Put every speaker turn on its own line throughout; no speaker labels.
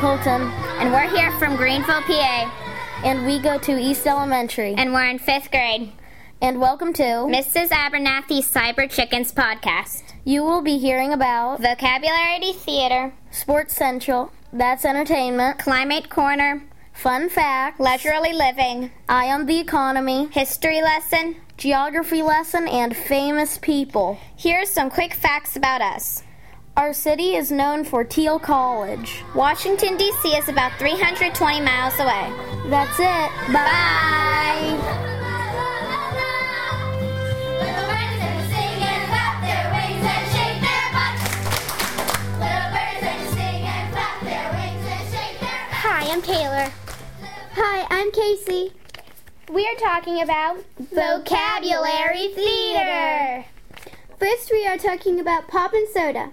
Colton, and we're here from Greenville, PA,
And we go to East Elementary.
and we're in fifth grade.
And welcome to
Mrs. Abernathy's Cyber Chickens podcast.
You will be hearing about
Vocabulary Theater,
Sports Central, That's Entertainment,
Climate Corner,
Fun Facts,
Leisurely Living,
Eye on the Economy,
History Lesson.
Geography Lesson, and Famous People.
Here's some quick facts about us.
Our city is known for Teal College.
Washington, D.C. is about 320 miles away.
That's it.
Bye!
Little birds are singing and flap their wings and shake their butts. Little birds are singing and flap their wings and shake their butts.
Hi, I'm Taylor. Hi, I'm Casey. We are talking about vocabulary theater. First, we are talking about pop and soda.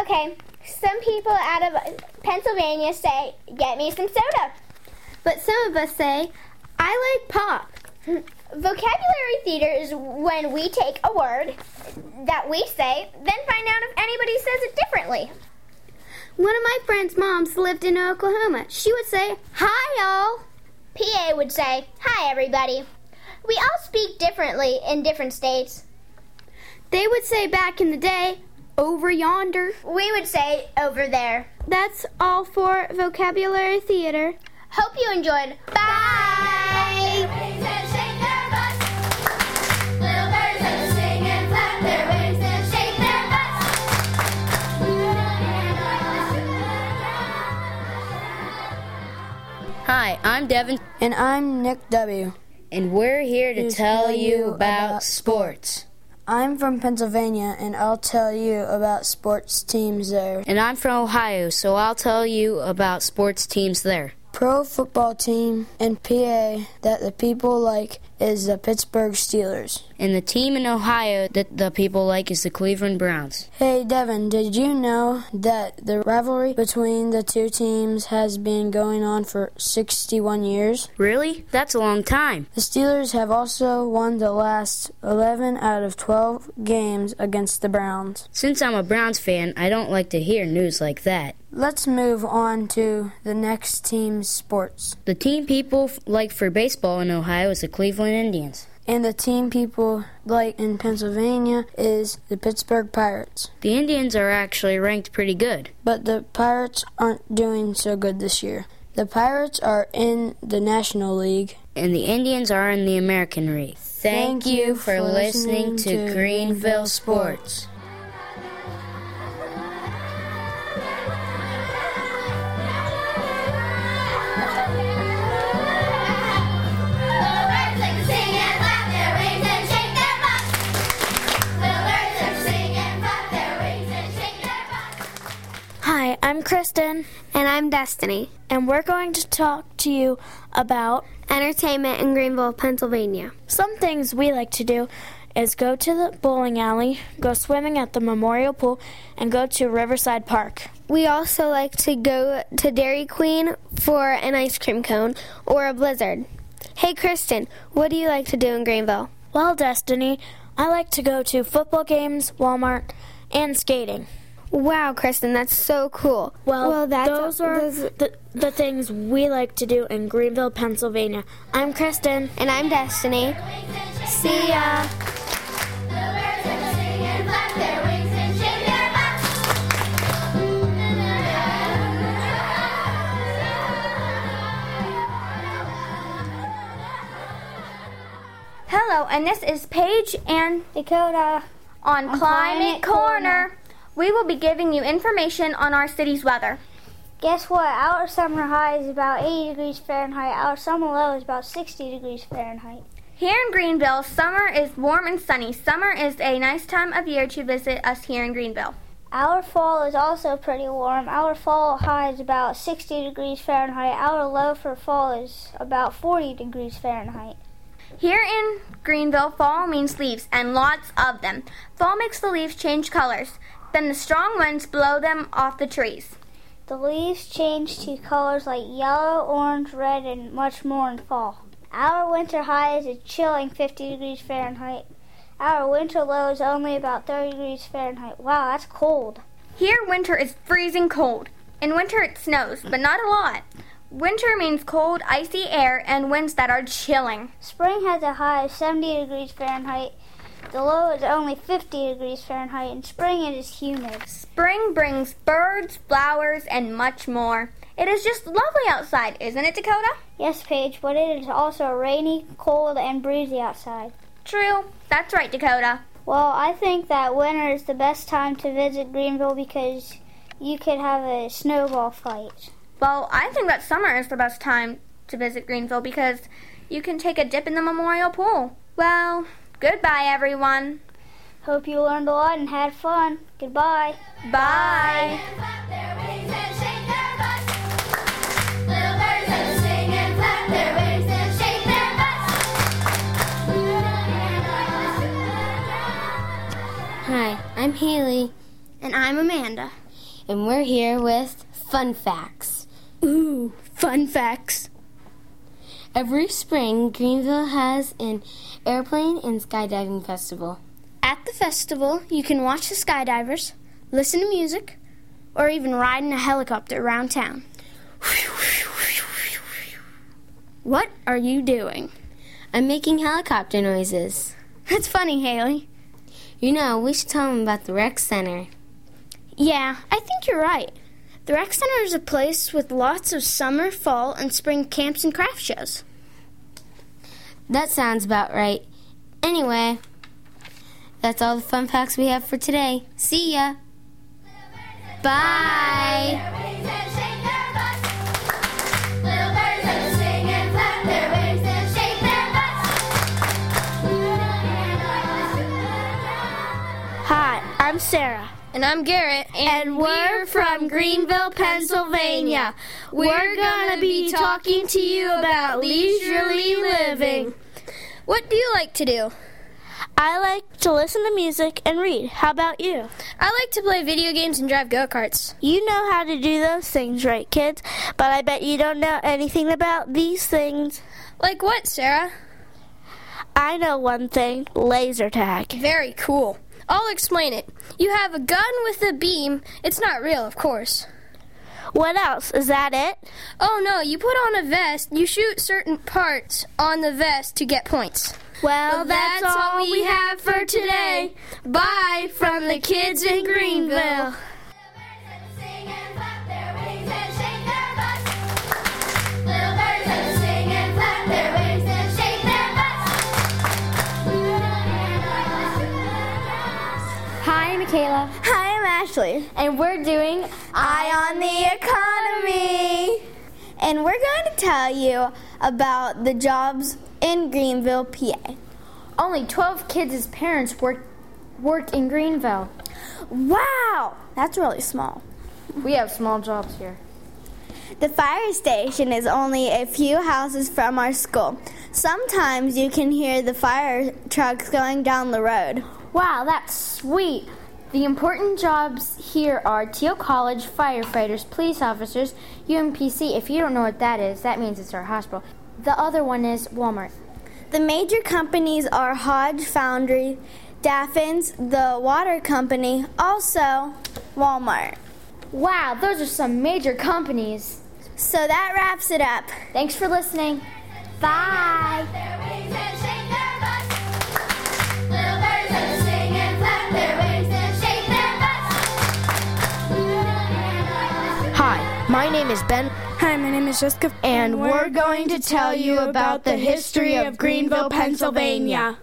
Okay, some people out of Pennsylvania say, Get me some soda. But some of us say, I like pop. Vocabulary theater is when we take a word that we say, then find out if anybody says it differently. One of my friend's moms lived in Oklahoma. She would say, Hi, all. PA would say, Hi, everybody. We all speak differently in different states.
They would say back in the day, over yonder.
We would say, Over there.
That's all for vocabulary theater.
Hope you enjoyed. Bye.
Wings and shake their butts. Little birds are singing and flap their wings and shake their butts.
Hi, I'm Devin,
And I'm Nick W.
and we're here to
Just
tell
tell you
you
about-
about sports.
I'm from Pennsylvania, and I'll tell you about sports teams there.
And I'm from Ohio, so I'll tell you about sports teams there.
Pro football team in PA that the people like is the Pittsburgh Steelers.
And the team in Ohio that the people like is the Cleveland Browns.
Hey Devin, did you know that the rivalry between the two teams has been going on for 61 years?
Really? That's a long time.
The Steelers have also won the last 11 out of 12 games against the Browns.
Since I'm a Browns fan, I don't like to hear news like that.
Let's move on to the next team's sports.
The team people f- like for baseball in Ohio is the Cleveland Indians.
And the team people like in Pennsylvania is the Pittsburgh Pirates.
The Indians are actually ranked pretty good.
But the Pirates aren't doing so good this year. The Pirates are in the National League.
and the Indians are in the American League. Thank you for listening to Greenville Sports.
Little birds like to sing and flap their wings and shake their butts. Little birds like to sing and flap their wings and shake their butts.
Hi, I'm Kristen.
And I'm Destiny.
And we're going to talk to you about
Entertainment in Greenville, Pennsylvania.
some things we like to do is go to the bowling alley, go swimming at the memorial pool, and go to Riverside Park.
We also like to go to Dairy Queen for an ice cream cone or a blizzard. Hey, Kristen, what do you like to do in Greenville?
Well, Destiny, I like to go to football games, Walmart, and skating.
Wow, Kristen, that's so cool.
Well,
that's
those are the, the things we like to do in Greenville, Pennsylvania. I'm Kristen.
and I'm Destiny. See ya.
Little birds like to sing and flap their wings and shake their butts.
Hello, and this is Paige and Dakota on, Climate, Corner. We will be giving you information on our city's weather.
Guess what? Our summer high is about 80 degrees Fahrenheit. Our summer low is about 60 degrees Fahrenheit.
Here in Greenville, summer is warm and sunny. Summer is a nice time of year to visit us here in Greenville.
Our fall is also pretty warm. Our fall high is about 60 degrees Fahrenheit. Our low for fall is about 40 degrees Fahrenheit.
Here in Greenville, fall means leaves, and lots of them. Fall makes the leaves change colors. Then the strong winds blow them off the trees.
The leaves change to colors like yellow, orange, red, and much more in fall. Our winter high is a chilling 50 degrees Fahrenheit. Our winter low is only about 30 degrees Fahrenheit. Wow, that's cold.
Here, winter is freezing cold.
In winter, it snows, but not a lot. Winter means cold, icy air and winds that are chilling.
Spring has a high of 70 degrees Fahrenheit. The low is only 50 degrees Fahrenheit. In spring, it is humid.
Spring brings birds, flowers, and much more. It is just lovely outside, isn't it, Dakota?
Yes, Paige, but it is also rainy, cold, and breezy outside.
True. That's right, Dakota.
Well, I think that winter is the best time to visit Greenville because you could have a snowball fight.
Well, I think that summer is the best time to visit Greenville because you can take a dip in the memorial pool. Well, goodbye, everyone.
Hope you learned a lot and had fun. Goodbye.
Bye.
Clap their wings and shake their butts. Little birds that sing and clap their wings and shake their butts.
Hi, I'm Haley,
And I'm Amanda.
and we're here with fun facts.
Ooh, fun facts.
Every spring, Greenville has an airplane and skydiving festival.
At the festival, you can watch the skydivers, listen to music, or even ride in a helicopter around town. What are you doing?
I'm making helicopter noises.
That's funny, Haley.
You know, we should tell them about the rec center.
Yeah, I think you're right. The rec center is a place with lots of summer, fall, and spring camps and craft shows.
That sounds about right. Anyway, that's all the fun facts we have for today. See ya! Bye!
Their wings and shake their butts. Little birds that sing and clap their wings and shake their butts.
Hi, I'm Sarah.
And I'm Garrett. And, we're from Greenville, Pennsylvania. We're going to be talking to you about leisurely living. What do you like to do?
I like to listen to music and read. How about you?
I like to play video games and drive go karts.
You know how to do those things, right, kids? But I bet you don't know anything about these things.
Like what, Sarah?
I know one thing laser tag.
Very cool. I'll explain it. You have a gun with a beam. It's not real, of course.
What else? Is that it?
Oh no, you put on a vest, you shoot certain parts on the vest to get points.
Well,
have for today. Bye from the kids in Greenville.
Sing and clap their wings and shake their butts. Little birds that sing and clap their wings and shake their butts.
Hi, I'm Michaela.
Hi, I'm Ashley.
And we're doing Eye on the Economy. And we're going to tell you about the jobs in Greenville, PA.
Only 12 kids' parents work work in Greenville.
Wow, that's really small.
We have small jobs here.
The fire station is only a few houses from our school. Sometimes you can hear the fire trucks going down the road.
Wow, that's sweet. The important jobs here are Teal College, firefighters, police officers, UMPC. If you don't know what that is, that means it's our hospital. The other one is Walmart.
The major companies are Hodge Foundry, Daffins, the water company, also Walmart.
Wow, those are some major companies.
So that wraps it up.
Thanks for listening.
Bye.
Their wings and shake their butts. Little birds that sing and clap their wings and shake their butts.
Hi, my name is Ben. Hi, my name is Jessica. And we're going to tell you about the history of Greenville, Pennsylvania.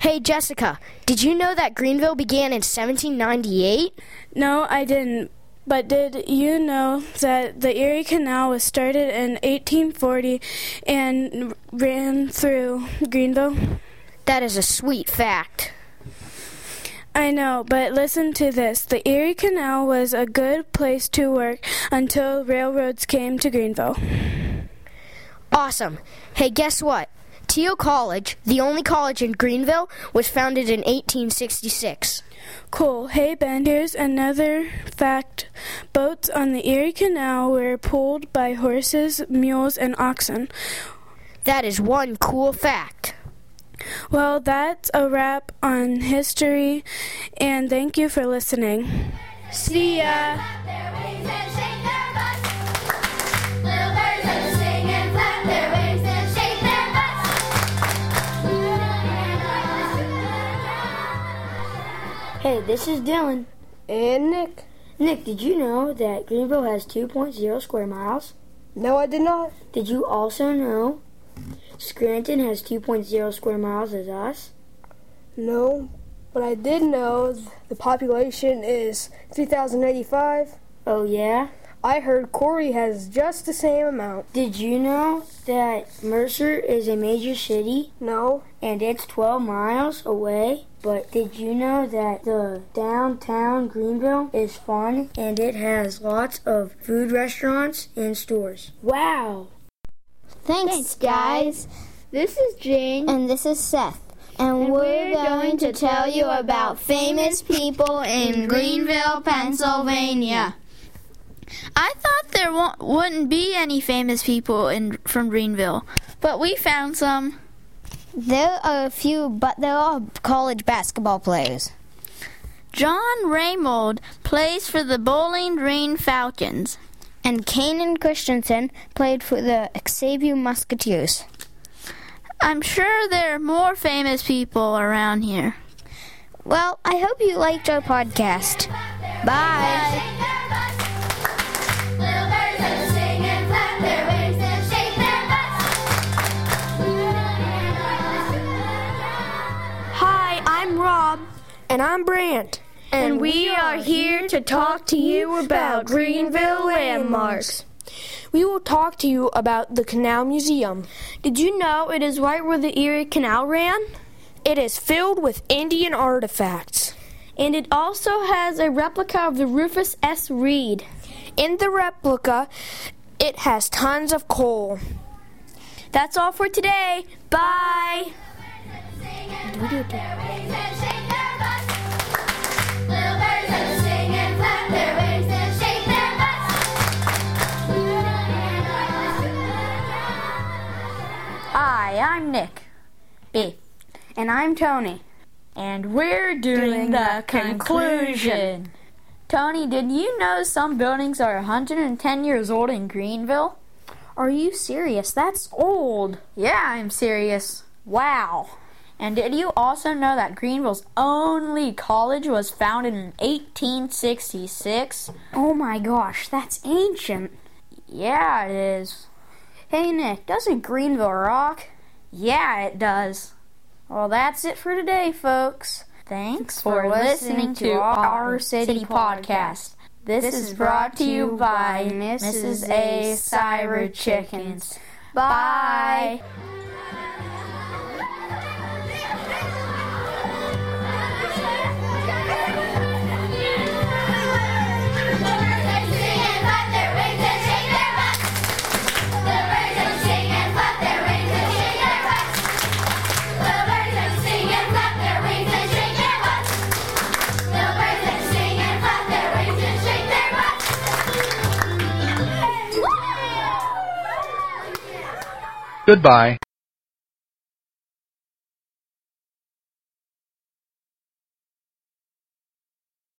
Hey, Jessica, did you know that Greenville began in 1798?
No, I didn't. But did you know that the Erie Canal was started in 1840 and ran through Greenville?
That is a sweet fact.
I know, but listen to this. The Erie Canal was a good place to work until railroads came to Greenville.
Awesome. Hey, guess what? Teal College, the only college in Greenville, was founded in 1866.
Cool. Hey, Ben, here's another fact. Boats on the Erie Canal were pulled by horses, mules, and oxen.
That is one cool fact.
Well, that's a wrap on history, and thank you for listening.
See ya.
Clap their wings and shake their
Hey, this is Dylan. And Nick. Nick, did you know that Greenville has 2.0 square miles? No, I did not. Did you also know Scranton has 2.0 square miles as us? No, but I did know the population is 3,085. Oh, yeah? I heard Corey has just the same amount. Did you know that Mercer is a major city? No. And it's 12 miles away? But did you know that the downtown Greenville is fun and it has lots of food restaurants and stores? Wow!
Thanks, guys. This is Jane. And this is Seth. And, we're, going to tell you about famous people in Greenville, Pennsylvania.
I thought there wa- wouldn't be any famous people in from Greenville, but we found some.
There are a few, but they're all college basketball players.
John Raymold plays for the Bowling Green Falcons.
And Kanan Christensen played for the Xavier Musketeers.
I'm sure there are more famous people around here.
Well, I hope you liked our podcast. Bye.
Little birds like to sing and flap their wings and shake their
Hi, I'm Rob. And I'm Brant. And we are here to talk to you about Greenville landmarks. We will talk to you about the Canal Museum. Did you know it is right where the Erie Canal ran? It is filled with Indian artifacts. And it also has a replica of the Rufus S. Reed. In the replica, it has tons of coal. That's all for today. Bye.
Little birds like to sing and flap their wings and shake their
Hi, I'm Nick. B. And I'm Tony. And we're doing, the conclusion. Tony, did you know some buildings are 110 years old in Greenville? Are you serious? That's old. Yeah, I'm serious. Wow. And did you also know that Greenville's only college was founded in 1866? Oh my gosh, that's ancient. Yeah, it is. Hey Nick, doesn't Greenville rock? Yeah, it does. Well, that's it for today, folks. Thanks for listening to our city podcast. This is brought to you by Mrs. A. Cyber Chickens. Bye.
Goodbye.